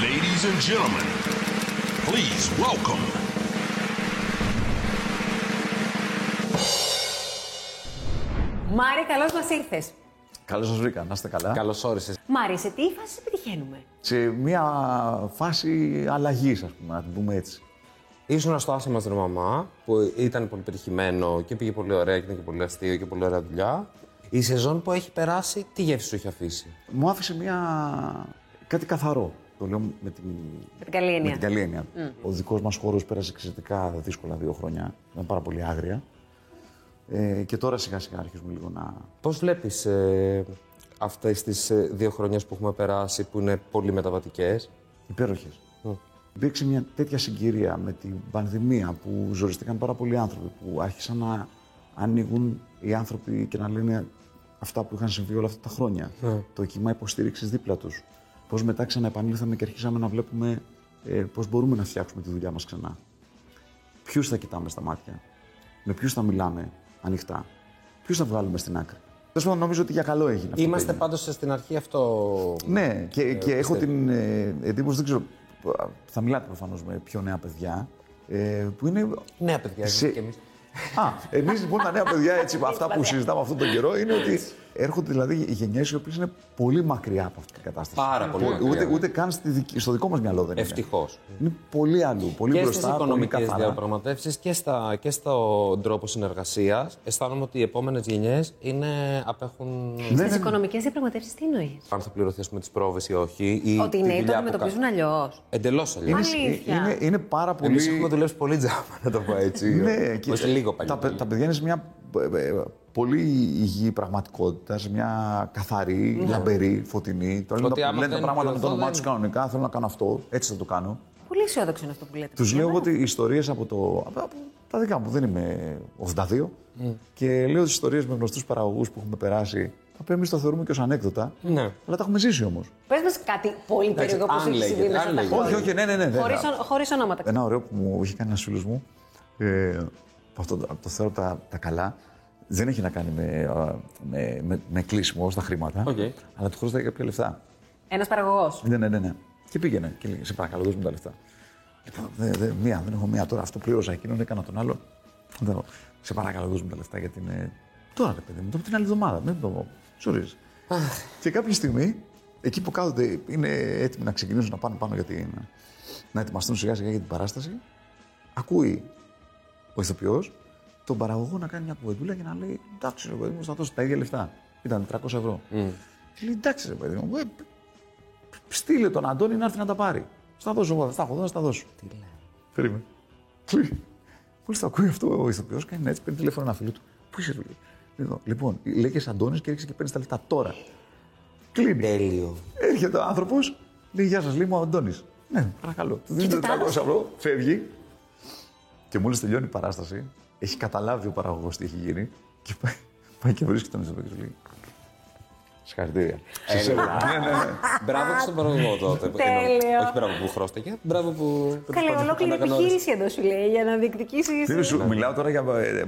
Ladies and gentlemen, please welcome. Μάρι, καλώς μας ήρθες. Καλώς σας βρήκα, να είστε καλά. Καλώς όρισες. Μάρι, σε τι φάση σε πετυχαίνουμε. Σε μια φάση αλλαγής, ας πούμε, να την πούμε έτσι. Ήσουνα στο άσμα με την μαμά, που ήταν πολύ πετυχημένο και πήγε πολύ ωραία και ήταν και πολύ αστείο και πολύ ωραία δουλειά. Η σεζόν που έχει περάσει, τι γεύση σου έχει αφήσει. Μου άφησε μια. κάτι καθαρό. Το λέω με την, Με την καλή με έννοια. την καλή έννοια. Ο δικός μας χώρος πέρασε εξαιρετικά δύσκολα δύο χρόνια. Ήταν πάρα πολύ άγρια. Ε, και τώρα σιγά σιγά αρχίζουμε λίγο να. Πώς βλέπεις ε, αυτές τις ε, δύο χρονιές που έχουμε περάσει, που είναι πολύ μεταβατικές. υπέροχες. Υπήρξε μια τέτοια συγκυρία με την πανδημία που ζοριστήκαν πάρα πολλοί άνθρωποι, που άρχισαν να ανοίγουν οι άνθρωποι και να λένε αυτά που είχαν συμβεί όλα αυτά τα χρόνια. Το κύμα υποστήριξης δίπλα τους. Πώς μετά ξαναεπανήλθαμε και αρχίσαμε να βλέπουμε ε, πώς μπορούμε να φτιάξουμε τη δουλειά μας ξανά. Ποιους θα κοιτάμε στα μάτια, με ποιους θα μιλάμε ανοιχτά, ποιους θα βγάλουμε στην άκρη. Τέλος πάντων, νομίζω ότι για καλό έγινε. αυτό που Είμαστε έγινε. πάντως στην αρχή αυτό. Ναι, και, και έχω την ε, εντύπωση, δεν ξέρω, θα μιλάτε προφανώς με πιο νέα παιδιά, ε, που είναι... Νέα Ναι, παιδιά, Σε- Ναι. και εμείς. Α, εμείς λοιπόν τα νέα παιδιά, έτσι, αυτά που συζητάμε αυτόν τον καιρό, είναι ότι έρχονται δηλαδή οι γενιές οι οποίες είναι πολύ μακριά από αυτή την κατάσταση. Πάρα πολύ Ούτε, μακριά. ούτε, καν στη δική- στο δικό μας μυαλό δεν Ευτυχώς. είναι. Είναι πολύ αλλού, πολύ και μπροστά, στις πολύ οικονομικές καθαρά. διαπραγματεύσεις και, στα, και στον τρόπο συνεργασίας, αισθάνομαι ότι οι επόμενες γενιές απέχουν. Ναι, Στις ναι, οικονομικές διαπραγματεύσεις, τι εννοείς. Αν θα πληρωθεί με τις πρόβες ή όχι. Ή Ότι οι νέοι το αντιμετωπίζουν αλλιώς. Εντελώς αλλιώς. Είναι, Αλήθεια. Ε, είναι, είναι πάρα πολύ... Εμεί έχουμε δουλέψει πολύ τζάμπα, να το πω έτσι. Ναι, Όχι, λίγο παλιά. Τα, παι- τα παιδιά είναι σε μια ε, ε, πολύ υγιή πραγματικότητα, σε μια καθαρή, λαμπερή, φωτεινή. Τώρα λένε Ναι. Ότι τα- άμα λένε τα δεν πράγματα με το πληρωθώ, όνομά δεν- τους κανονικά. Θέλω να κάνω αυτό, έτσι θα το κάνω. Πολύ αισιόδοξο είναι αυτό που λέτε. Ναι, Του λέω εγώ ότι ιστορίες από, το, από- από τα δικά μου, δεν είμαι 82. Ναι. Και λέω τις ιστορίες με γνωστούς παραγωγούς που έχουμε περάσει, τα οποία εμείς τα θεωρούμε και ως ανέκδοτα. Ναι. Αλλά τα έχουμε ζήσει όμως. Πες μας κάτι πολύ περίεργο που αν σου έχει λέγεται, συμβεί μέσα από αν τα λέγεται. Όχι, χρόνια. όχι, ναι, ναι, ναι. δεν θα- Χωρίς ονόματα. Ένα ωραίο που μου είχε κάνει ένα φίλο μου. Ε, αυτό το, το θεωρώ τα, τα καλά. Δεν έχει να κάνει με, α, με, με, με κλείσιμο στα χρήματα. Οκ. Αλλά του χρωστάει κάποια λεφτά. Ένας παραγωγός. Ναι, ναι, ναι, ναι. Και πήγαινε και λέει: Σε παρακαλώ, δώσ' μου τα λεφτά. Λοιπόν, δε, δε, μία, δεν έχω μία τώρα. Αυτό πλήρωσα εκείνον, έκανα τον άλλο. Δεν έχω. Σε παρακαλώ, δώσ' μου τα λεφτά γιατί είναι. Τώρα, ρε παιδί μου, το την άλλη εβδομάδα. Μην το. Sorry. και κάποια στιγμή, εκεί που κάθονται, είναι έτοιμοι να ξεκινήσουν να πάνε πάνω για την. να ετοιμαστούν σιγά σιγά για την παράσταση. Ακούει ο ηθοποιός τον παραγωγό να κάνει μια κουβεντούλα και να λέει: Εντάξει, ρε παιδί μου, θα δώσω τα ίδια λεφτά. Ήταν 300 ευρώ. Και λέει: Εντάξει, ρε παιδί μου, ε, στείλε τον Αντώνη να έρθει να τα πάρει. Στα δώσω εγώ, στα έχω εδώ, στα δώσω. Τι λέει. Περίμενε. Λέει, Μόλις το ακούει αυτό ο ηθοποιός, κάνει έτσι, παίρνει τηλέφωνο ένα φίλο του. Πού είσαι, του λέει. Εδώ. Λοιπόν, λέγες Αντώνης και έρχεσαι και παίρνεις τα λεφτά τώρα. Κλείνει. Τέλειο. Έρχεται ο άνθρωπος, λέει Γεια σας, λέει μου ο Αντώνης. Ναι, παρακαλώ. Του δίνει 400 ευρώ, φεύγει. Και μόλις τελειώνει η παράσταση, έχει καταλάβει ο παραγωγός τι έχει γίνει και πάει, πάει και βρίσκει τον ηθοποιό και του λέει. Συγχαρητήρια. Σε σέβομαι». Ναι, ναι, ναι. Μπράβο και στον παραγωγό τότε. Ενώ- Τέλειο. Όχι μπράβο που χρώστηκε. Μπράβο που. Καλή ολόκληρη αναγνώρισε. επιχείρηση εδώ σου λέει για να διεκδικήσεις. Δεν σου μιλάω τώρα για ε,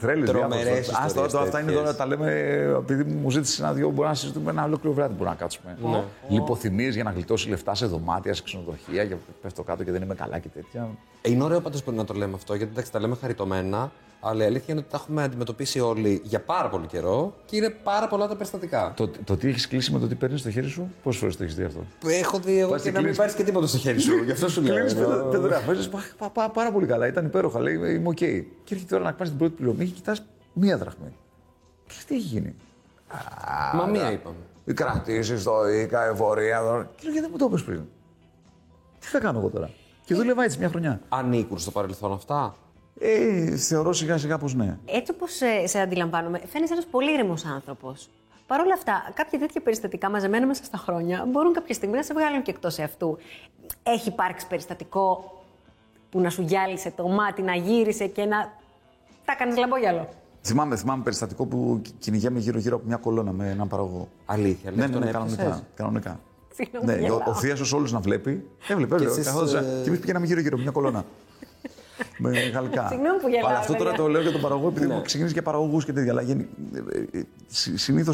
τρέλε Τρομερές ιστορίες Άστα τώρα, αυτά είναι τέτοιες. τώρα, τα λέμε. ε, Επειδή μου ζήτησε ένα δυο, μπορεί να συζητούμε ένα ολόκληρο βράδυ. Μπορεί να κάτσουμε. Ναι. Λιποθυμίες για να γλιτώσει λεφτά σε δωμάτια, σε ξενοδοχεία, και πέφτω κάτω και δεν είμαι καλά και τέτοια. Ε, Είναι ωραίο πάντως που να το λέμε αυτό, γιατί εντάξει, τα λέμε χαριτωμένα, αλλά η αλήθεια είναι ότι τα έχουμε αντιμετωπίσει όλοι για πάρα πολύ καιρό και είναι πάρα πολλά τα περιστατικά. Το, το τι έχεις κλείσει με το τι παίρνεις στο χέρι σου, πόσες φορές το έχεις δει αυτό. Που Έχω δει εγώ Πας και και να μην κλείνεις- πάρεις και τίποτα στο χέρι σου. Γι' αυτό σου λέω. Κλείνει ενώ- Πάρα πολύ καλά, ήταν υπέροχα. Λέει, είμαι οκ. Και έρχεται τώρα να πάρει την πρώτη πληρωμή και κοιτάς μία δραχμή. Και λες, τι έχει γίνει. Μα μία είπαμε. Οι κρατήσεις, το ΙΚΑ, η εφορία. το- Και λέω, γιατί δεν μου το είπες πριν. Τι θα κάνω εγώ τώρα. Και δούλευα έτσι μια χρονιά. Ανήκουν στο παρελθόν αυτά. Ε, θεωρώ σιγά σιγά πως ναι. Έτσι όπως σε αντιλαμβάνομαι, φαίνεσαι ένας πολύ ήρεμος άνθρωπος. Παρ' όλα αυτά, κάποια τέτοια περιστατικά μαζεμένα μέσα στα χρόνια μπορούν κάποια στιγμή να σε βγάλουν και εκτός αυτού. Έχει υπάρξει περιστατικό που να σου γυάλισε το μάτι, να γύρισε και να. Τα κάνεις λαμπόγιαλο. Θυμάμαι, θυμάμαι περιστατικό που κι- κυνηγάμε γύρω-γύρω από μια κολόνα με έναν παραγωγό. Αλήθεια, λέει, Ναι, ναι, αυτόν ναι, έπιασες? κανονικά. κανονικά. Συγγνώμη, ναι, ο, γελάω. ο θεία όλους να βλέπει. Έβλεπε, έβλεπε. εσείς, καθόταν. ε, Και εμείς πηγαίναμε γύρω-γύρω, μια κολόνα. με γαλλικά. Συγγνώμη που γελάω, Αλλά αυτό τώρα παιδιά. το λέω για τον παραγωγό, επειδή μου ξεκίνησε για παραγωγούς και τέτοια. Αλλά ε, συνήθω.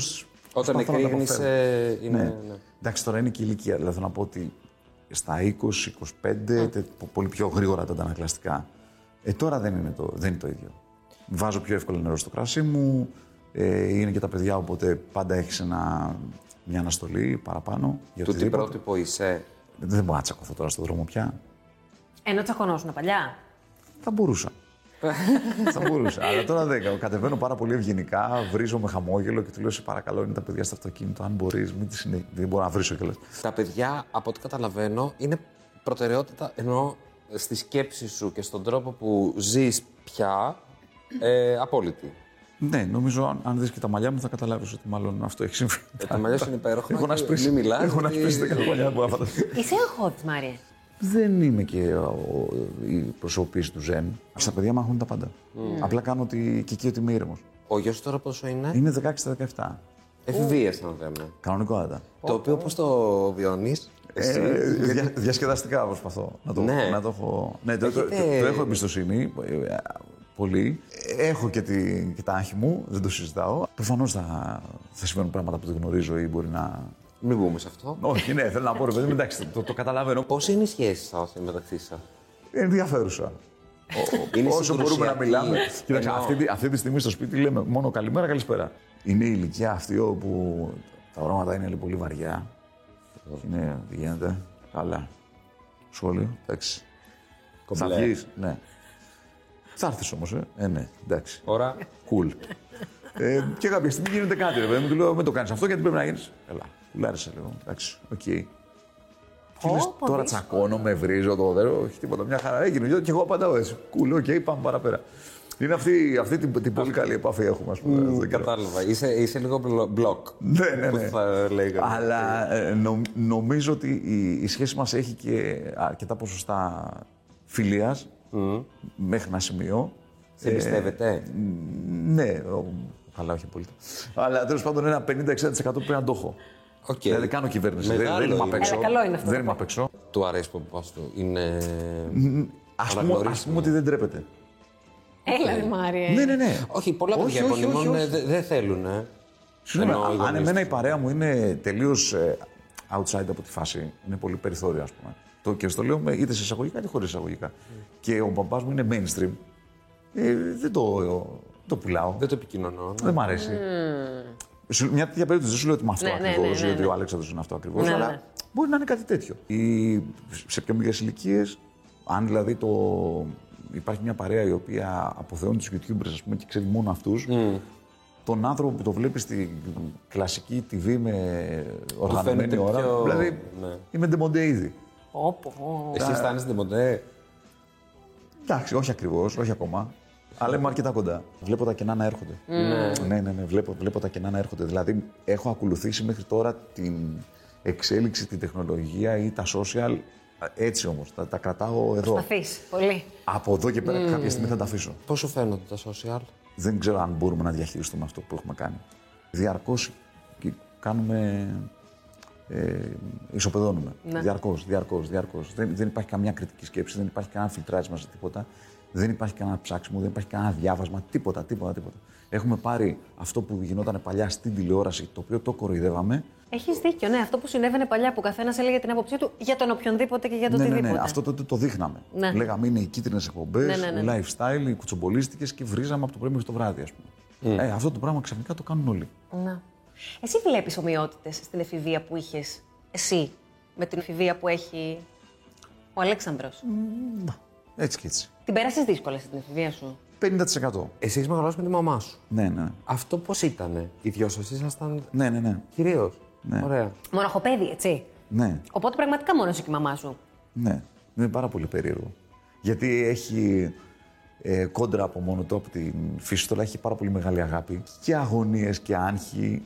Όταν εκρήγνησε. Είναι... Ναι. ναι. Εντάξει, τώρα είναι και η ηλικία. Δηλαδή θέλω να πω ότι στα 20, Ναι. 25, τε- πο- πολύ πιο γρήγορα τα αντανακλαστικά. Ε, τώρα δεν είναι, το, δεν είναι το ίδιο. Βάζω πιο εύκολα νερό στο κρασί μου, ε, είναι και τα παιδιά, οπότε πάντα έχεις μια αναστολή παραπάνω. Για Του τι οτιδήποτε. πρότυπο είσαι. Δεν μπορώ να τσακωθώ τώρα στον δρόμο πια. Ενώ τσακωνόσουν παλιά. Θα μπορούσα. θα μπορούσα. Αλλά τώρα δεν. Κατεβαίνω πάρα πολύ ευγενικά, βρίζω με χαμόγελο και του λέω: Σε παρακαλώ, είναι τα παιδιά στο αυτοκίνητο. Αν μπορείς, μην τη συνέχεια. Δεν μπορώ να βρίσω κιόλας. Τα παιδιά, από ό,τι καταλαβαίνω, είναι προτεραιότητα ενώ στη σκέψη σου και στον τρόπο που ζεις πια ε, απόλυτη. Ναι, νομίζω αν, αν δεις και τα μαλλιά μου θα καταλάβεις ότι μάλλον αυτό έχει συμβεί. τα μαλλιά Ε, σου είναι υπέροχα Έχω να και σπίσει. μην μιλάς, Έχω να γιατί- σπίσει 10 χρόνια, δεν μπορώ να φανταστώ. Είσαι αγχώδη, Μάρια. Δεν είμαι και ο, η προσωπής του Ζεν. Στα παιδιά μου έχουν τα πάντα. Mm. Απλά κάνω ότι, και εκεί ότι είμαι ήρεμος. Ο γιος σου τώρα πόσο είναι, Είναι 16 στα 17. ευβίας να λέμε. Κανονικότατα. Το οποίο πώς το βιώνεις, εσύ. Ε, δια- διασκεδαστικά προσπαθώ να το, Ναι. να το έχω. Ναι, το, το- Έχετε- το- το έχω εμπιστοσύνη ε, ε, πολύ. Έχω και, τη, και τα άχη μου, δεν το συζητάω. Προφανώς θα, θα συμβαίνουν πράγματα που δεν γνωρίζω ή μπορεί να. Μην μπούμε σε αυτό. Όχι, ναι, θέλω να πω ρε παιδί, μου, εντάξει, το, το καταλαβαίνω. Ε, Πώς είναι οι σχέσεις σας μεταξύ σας. Ενδιαφέρουσα. Ε, Είναι Όσο μπορούμε να συγκρουσιακή. μιλάμε. Κοίταξε, Εννοώ. αυτή, τη- αυτή τη στιγμή στο σπίτι λέμε μόνο καλημέρα, καλησπέρα. Είναι η ηλικία αυτή όπου τα οράματα είναι λοιπόν πολύ βαριά. Είναι, τι γίνεται. Καλά. Σχόλιο, εντάξει. Θα Κομπλέ. βγεις, ναι. Θα έρθεις όμως, ε. ε. ναι, εντάξει. Ωραία. Cool. ε, και κάποια στιγμή γίνεται κάτι, ρε παιδί μου. Του λέω, με το κάνεις αυτό γιατί πρέπει να γίνεις. Καλά. Κουλάρισε λίγο. Εντάξει, οκ. Και Πω, λες, πω, δύσκολο. τώρα τσακώνομαι, βρίζω το δέρο, όχι τίποτα, μια χαρά έγινε. Και εγώ απαντάω έτσι. Κουλ, οκ, πάμε παραπέρα. Είναι αυτή, αυτή την, την πολύ καλή επαφή έχουμε, ας πούμε. αυτόν τον καιρό. Κατάλαβα. Είσαι, είσαι λίγο μπλο- μπλοκ. Ναι, ναι, Που ναι. θα λέγαμε. Αλλά ε, νο- νομίζω ότι η, η σχέση μας έχει και αρκετά ποσοστά φιλίας μέχρι ένα σημείο. Σε ε, εμπιστεύεται. Ναι, ο- καλά, όχι πολύ. Αλλά τέλος πάντων ένα 50-60% πρέπει να το έχω. Οκ. Δηλαδή κάνω κυβέρνηση. Δεν, Μεγάλο δεν είμαι απ' είναι. έξω. Έλα, καλό είναι αυτό Δεν το είμαι απ' έξω. Του αρέσει που πας του. Είναι... Ας πούμε, Αναγνωρίσιμο. ας πούμε ότι δεν τρέπεται. Έλα, ρε Μάρια. Ναι, ναι, ναι. Όχι, πολλά Όχι, παιδιά όχι, όχι, υπονομούν, όχι. ε, δε- δεν θέλουν. ε. Συγγνώμη, Εννοώ, οι αν γονείς εμένα η τους. παρέα μου είναι τελείως outside από τη φάση, είναι πολύ περιθώριο, ας πούμε. Το, και στο λέω με είτε σε εισαγωγικά είτε χωρίς εισαγωγικά. Mm. Και ο παπά μου είναι mainstream. Ε, δεν το, το πουλάω. Δεν το επικοινωνώ. Δεν μ' αρέσει. Σου- Μια τέτοια περίπτωση δεν σου λέω ότι είμαι αυτό Mm. Ναι, ναι, ακριβώς, ναι, ναι, ότι ναι. ο Αλέξανδρος είναι αυτό ακριβώς, Ναι, αλλά ναι. μπορεί να είναι κάτι τέτοιο. Ή σε πιο μικρές ηλικίες, αν δηλαδή το... υπάρχει μια παρέα η οποία αποθεώνει τους YouTubers ας πούμε, και ξέρει μόνο αυτούς, Mm. τον άνθρωπο που το βλέπει στην κλασική TV με οργανωμένη φαίνεται ώρα. πιο- Δηλαδή ναι. είμαι ντεμοντέ ήδη. Όπο, όπο. Εσύ αισθάνεσαι ποτέ. Εντάξει, όχι ακριβώς, όχι ακόμα. Αλλά είμαι αρκετά κοντά. Βλέπω τα κενά να έρχονται. Ναι, ναι, ναι, βλέπω, βλέπω τα κενά να έρχονται. Δηλαδή, έχω ακολουθήσει μέχρι τώρα την εξέλιξη, την τεχνολογία ή τα social. Έτσι όμως, τα, τα κρατάω εδώ. Προσπαθείς πολύ. Από εδώ και πέρα, κάποια στιγμή θα τα αφήσω. Πώς σου φαίνονται τα social. Δεν ξέρω αν μπορούμε να διαχειριστούμε αυτό που έχουμε κάνει. Διαρκώς κάνουμε. Ε, ισοπεδώνουμε. Ναι. Διαρκώς, διαρκώς, διαρκώς. Δεν, δεν υπάρχει καμιά κριτική σκέψη, δεν υπάρχει κανένα φιλτράρισμα σε τίποτα. Δεν υπάρχει κανένα ψάξιμο, δεν υπάρχει κανένα διάβασμα, τίποτα, τίποτα, τίποτα. Έχουμε πάρει αυτό που γινόταν παλιά στην τηλεόραση, το οποίο το κοροϊδεύαμε. Έχεις δίκιο, ναι. Αυτό που συνέβαινε παλιά που καθένας έλεγε την άποψή του για τον οποιονδήποτε και για τον Ναι, ναι, οτιδήποτε. ναι, αυτό τότε το δείχναμε. Ναι. Λέγαμε είναι οι κίτρινες εκπομπές, Ναι, ναι, ναι. lifestyle, οι κουτσομπολίστικες και βρίζαμε από το πρωί μέχρι το βράδυ, ας πούμε. Ε, αυτό το πράγμα ξαφνικά το κάνουν όλοι. Να. Ναι. Εσύ βλέπεις ομοιότητες στην εφηβεία που είχες εσύ με την εφηβεία που έχει ο Αλέξανδρος. Έτσι και έτσι. Την πέρασες δύσκολα στην εφηβεία σου. 50%. Εσύ έχεις μεγαλώσει με τη μαμά σου. Ναι, ναι. Αυτό πώς ήταν. Οι δυο σας ήσασταν Ναι, ναι, ναι. κυρίως. Ναι. Ωραία. Μοναχοπέδι, έτσι. Ναι, Οπότε πραγματικά μόνος εσύ και η μαμά σου. ναι. Είναι πάρα πολύ περίεργο. Γιατί έχει ε, κόντρα από μόνο του, από την φύση του, αλλά έχει πάρα πολύ μεγάλη αγάπη. Και αγωνίες και άγχη.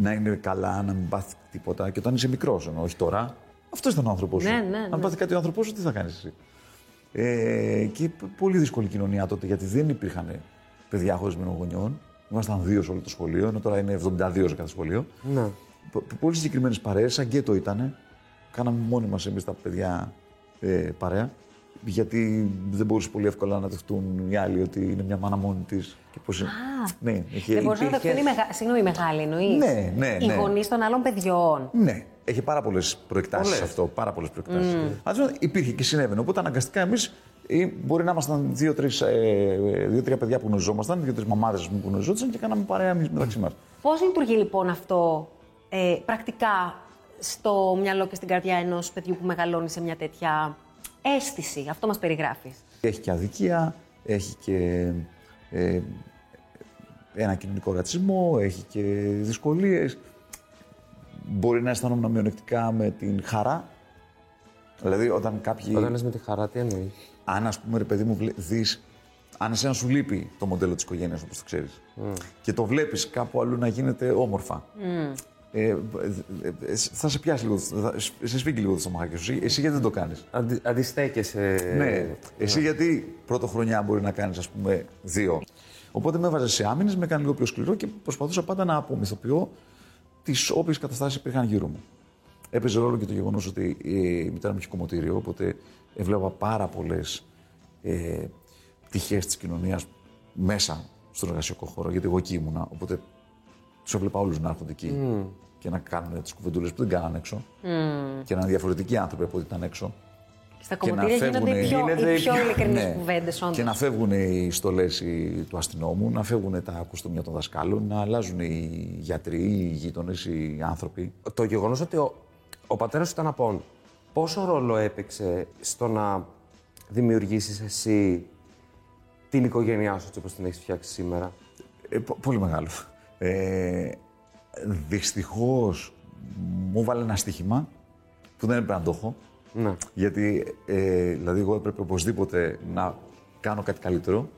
Να είναι καλά, να μην πάθει τίποτα. Και όταν είσαι μικρός, ενώ όχι τώρα. Αυτός ήταν ο άνθρωπό σου. Ναι, ναι, ναι. Αν πάθει κάτι ο άνθρωπό σου, τι θα κάνεις εσύ. Ε, και π- πολύ δύσκολη κοινωνία τότε, γιατί δεν υπήρχαν παιδιά χωρισμένων γονιών. Ήμασταν δύο σε όλο το σχολείο, ενώ τώρα είναι 72 σε κάθε σχολείο. Ναι. Πο- πο- Πολύ συγκεκριμένες παρέες, σαν γκέτο ήταν. Κάναμε μόνοι μας εμείς τα παιδιά ε, παρέα. Γιατί δεν μπορούσε πολύ εύκολα να δεχτούν οι άλλοι ότι είναι μια μάνα μόνη της και πώς Ναι, είχε- δεν μπορούσαν να υπήρχε- δεχτούν οι μεγα... Συγγνώμη, οι μεγάλοι εννοείς. Ναι, ναι, Οι ναι. γονείς των άλλων παιδιών. Ναι, έχει πάρα πολλές προεκτάσεις Πολλές. αυτό. Πάρα πολλές προεκτάσεις. υπήρχε και συνέβαινε. Οπότε αναγκαστικά εμείς μπορεί να ήμασταν δύο-τρία δύο, παιδιά που γνωριζόμασταν, δύο-τρει μαμάδες που γνωριζόντουσαν και κάναμε παρέα εμείς μεταξύ μας. Πώς λειτουργεί λοιπόν αυτό ε, πρακτικά στο μυαλό και στην καρδιά ενός παιδιού που μεγαλώνει σε μια τέτοια αίσθηση. Αυτό μας περιγράφει. Έχει και αδικία, έχει και ε, ένα κοινωνικό ρατσισμό, έχει και δυσκολίες. Μπορεί να αισθανόμουν μειονεκτικά με την χαρά. Δηλαδή όταν κάποιοι... Όταν λες με τη χαρά, τι εννοείς. Αν, ας πούμε, ρε παιδί μου, βλέ- δεις, αν εσένα σου λείπει το μοντέλο της οικογένειας όπως το ξέρεις και το βλέπεις κάπου αλλού να γίνεται όμορφα, ε, ε, ε, θα σε πιάσει λίγο, θα σε σφίγγει λίγο το στομαχάκι σου. Εσύ- Εσύ γιατί δεν το κάνεις. Αντι, αντιστέκεσαι. Ναι. Εσύ γιατί πρωτοχρονιά μπορεί να κάνεις, ας πούμε, δύο. Οπότε με έβαζες σε άμυνες, με έκανε λίγο πιο σκληρό και προσπαθούσα πάντα να απομυθοποιώ τις όποιες καταστάσεις υπήρχαν γύρω μου. Έπαιζε ρόλο και το γεγονός ότι ε, η μητέρα μου είχε κομμωτήριο, οπότε έβλεπα πάρα πολλές ε, πτυχέ της κοινωνίας μέσα στον εργασιακό χώρο, γιατί εγώ εκεί ήμουνα. Οπότε τους έβλεπα όλους να έρχονται εκεί και να κάνουν τις κουβεντούλες που δεν κάνανε έξω και να είναι διαφορετικοί άνθρωποι από ό,τι ήταν έξω. Στα Και να κομμωτήρια γίνονται οι φεύγουνε- πιο, Γίνεται οι πιο πιο- ειλικρινές ναι. κουβέντες, όντως. Και να φεύγουν οι στολές του αστυνόμου, να φεύγουν τα κουστούμια των δασκάλων, να αλλάζουν οι γιατροί, οι γείτονες, οι άνθρωποι. Το γεγονός ότι ο, ο πατέρας σου ήταν απόν, πόσο ρόλο έπαιξε στο να δημιουργήσεις εσύ την οικογένειά σου έτσι όπως την έχεις φτιάξει σήμερα. Ε, πο- πολύ μεγάλο. Ε, Δυστυχώς μου βάλε ένα στοίχημα που δεν έπρεπε να το έχω. Ναι. Γιατί ε, δηλαδή εγώ έπρεπε οπωσδήποτε να κάνω κάτι καλύτερο.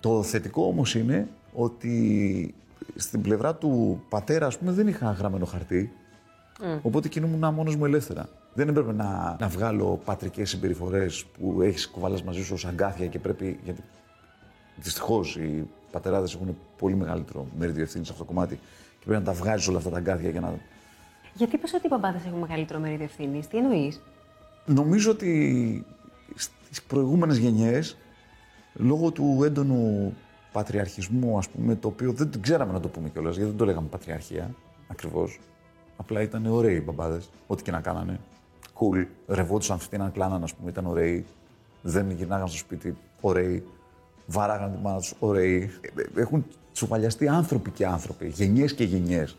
Το θετικό όμως είναι ότι στην πλευρά του πατέρα, ας πούμε, δεν είχα γραμμένο χαρτί. Οπότε κινούμουν μόνος μου ελεύθερα. Δεν έπρεπε να, να βγάλω πατρικές συμπεριφορές που έχεις κουβαλάς μαζί σου ως αγκάθια και πρέπει... Γιατί Δυστυχώς οι πατεράδες έχουν πολύ μεγαλύτερο μερίδιο ευθύνης σε αυτό το κομμάτι και πρέπει να τα βγάζεις όλα αυτά τα αγκάθια για να Γιατί πες ότι οι παπάδες έχουν μεγαλύτερο μερίδιο ευθύνης, τι εννοείς. Νομίζω ότι στις προηγούμενες γενιές, λόγω του έντονου πατριαρχισμού, ας πούμε, το οποίο δεν ξέραμε να το πούμε κιόλας, γιατί δεν το λέγαμε πατριαρχία, ακριβώς. Απλά ήταν ωραίοι οι μπαμπάδες, ό,τι και να κάνανε. Cool. Ρευόντουσαν, φτύναν, κλάναν, ας πούμε, ήταν ωραίοι. Δεν γυρνάγαν στο σπίτι, ωραίοι. Βάραγαν τη μάνα τους, ωραίοι. Ε, ε, Έχουν τσουβαλιαστεί άνθρωποι και άνθρωποι, γενιές και γενιές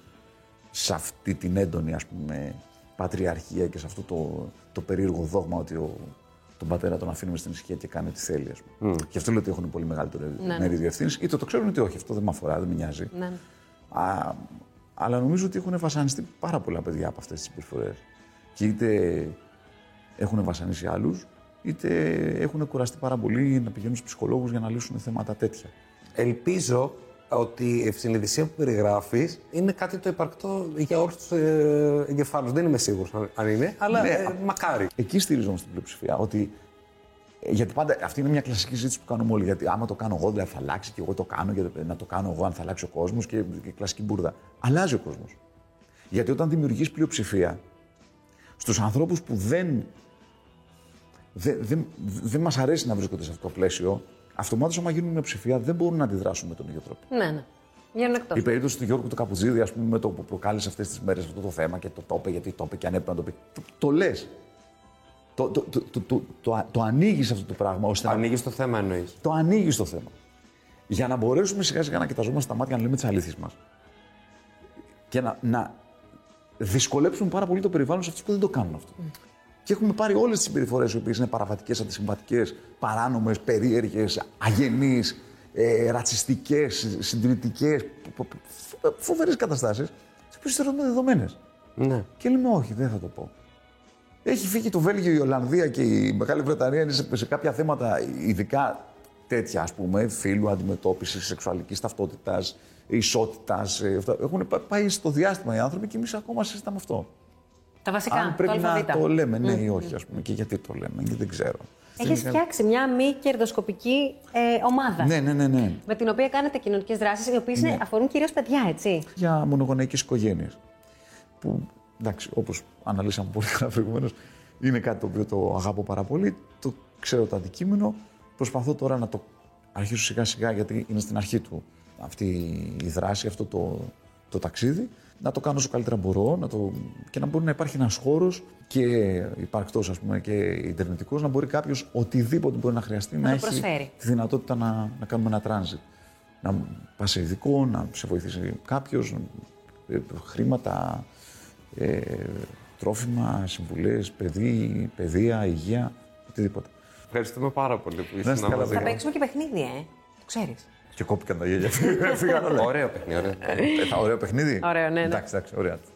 σε αυτή την έντονη ας πούμε πατριαρχία και σε αυτό το, το περίεργο δόγμα ότι ο, τον πατέρα τον αφήνουμε στην ησυχία και κάνει ό,τι θέλει. Ας πούμε. Γι' αυτό λέω ότι έχουν πολύ μεγαλύτερο μερίδιο ευθύνη. Είτε το ξέρουν είτε όχι. Αυτό δεν με αφορά, δεν με νοιάζει. Ναι. Α, αλλά νομίζω ότι έχουν βασανιστεί πάρα πολλά παιδιά από αυτές τις συμπεριφορές. Και είτε έχουν βασανίσει άλλους, είτε έχουν κουραστεί πάρα πολύ να πηγαίνουν στους ψυχολόγους για να λύσουν θέματα τέτοια. Ελπίζω ότι η ευσυνειδησία που περιγράφεις είναι κάτι το υπαρκτό για όλους τους ε, εγκεφάλους. Δεν είμαι σίγουρος αν, αν είναι, αλλά Ναι. ε, μακάρι. Εκεί στηρίζομαι στην πλειοψηφία. Ότι, ε, γιατί πάντα αυτή είναι μια κλασική συζήτηση που κάνουμε όλοι. Γιατί άμα το κάνω εγώ, δηλαδή θα αλλάξει και εγώ το κάνω, για να το κάνω εγώ, αν θα αλλάξει ο κόσμος και, και κλασική μπουρδα. Αλλάζει ο κόσμος. Γιατί όταν δημιουργείς πλειοψηφία στους ανθρώπους που δεν. Δεν δε, δε μας αρέσει να βρίσκονται σε αυτό το πλαίσιο, αυτομάτως, άμα γίνουν ψηφία, δεν μπορούν να αντιδράσουν με τον ίδιο τρόπο. Ναι, ναι. Βγαίνουν εκτός. Η περίπτωση του Γιώργου του Καπουζίδη, ας πούμε, με το που προκάλεσε αυτές τις μέρες αυτό το θέμα και το το είπε, γιατί το είπε και αν έπρεπε να το πει. Το, το λες. Το, το, το, το, το, το, α- το ανοίγεις αυτό το πράγμα, ώστε να, Ανοίγεις το θέμα εννοείς. το ανοίγεις το θέμα. Για να μπορέσουμε σιγά σιγά να κοιταζόμαστε στα μάτια, να λέμε τις αλήθειες μας. Και να, να δυσκολέψουμε πάρα πολύ το περιβάλλον σε αυτούς που δεν το κάνουν αυτό. Και έχουμε πάρει όλες τις συμπεριφορές οι οποίες είναι παραβατικές, αντισυμβατικές, παράνομες, περίεργες, αγενείς, ε, ρατσιστικές, συντηρητικέ, φοβερές καταστάσεις, τις οποίες θεωρούμε δεδομένες. Ναι. Και λέμε, Όχι, δεν θα το πω. Έχει φύγει το Βέλγιο, η Ολλανδία και η Μεγάλη Βρετανία είναι σε, σε κάποια θέματα, ειδικά τέτοια ας πούμε, φίλου, αντιμετώπισης, σεξουαλικής ταυτότητας, ισότητας. ε, Έχουν πά- πάει στο διάστημα οι άνθρωποι και εμείς ακόμα συζητάμε αυτό. Τα βασικά. Αν πρέπει το να αλφαβήτα. το λέμε, ναι ή όχι, ας πούμε, και γιατί το λέμε, και δεν ξέρω. Έχεις φτιάξει μια μη κερδοσκοπική ε, ομάδα. Ναι, ναι, ναι, ναι. Με την οποία κάνετε κοινωνικές δράσεις, οι οποίες αφορούν κυρίως παιδιά, έτσι. για μονογονεϊκές οικογένειες. Που, εντάξει, όπως αναλύσαμε πολύ καλά προηγουμένως, είναι κάτι το οποίο το αγαπώ πάρα πολύ, το ξέρω το αντικείμενο, προσπαθώ τώρα να το αρχίσω σιγά σιγά γιατί είναι στην αρχή του αυτή η δράση, αυτό το, το ταξίδι, να το κάνω όσο καλύτερα μπορώ να το, και να μπορεί να υπάρχει ένας χώρος και υπαρκτός ας πούμε και ιντερνετικός, να μπορεί κάποιος οτιδήποτε μπορεί να χρειαστεί να, το έχει προσφέρει. τη δυνατότητα να, να κάνουμε ένα transit. Να πας σε ειδικό, να σε βοηθήσει κάποιος, χρήματα, ε, τρόφιμα, συμβουλές, παιδί, παιδεία, υγεία, οτιδήποτε. Ευχαριστούμε πάρα πολύ που ήσουν είστε Θα καλά, μαζί παιδιά. μας. παίξουμε και παιχνίδι, ε. Το ξέρεις. Και κόπηκαν τα γέλια. Φύγαν όλα. Ωραίο παιχνίδι, ωραίο. Ε, θα- Ωραίο παιχνίδι. Ωραίο, ναι, ναι. Εντάξει, εντάξει, ωραία.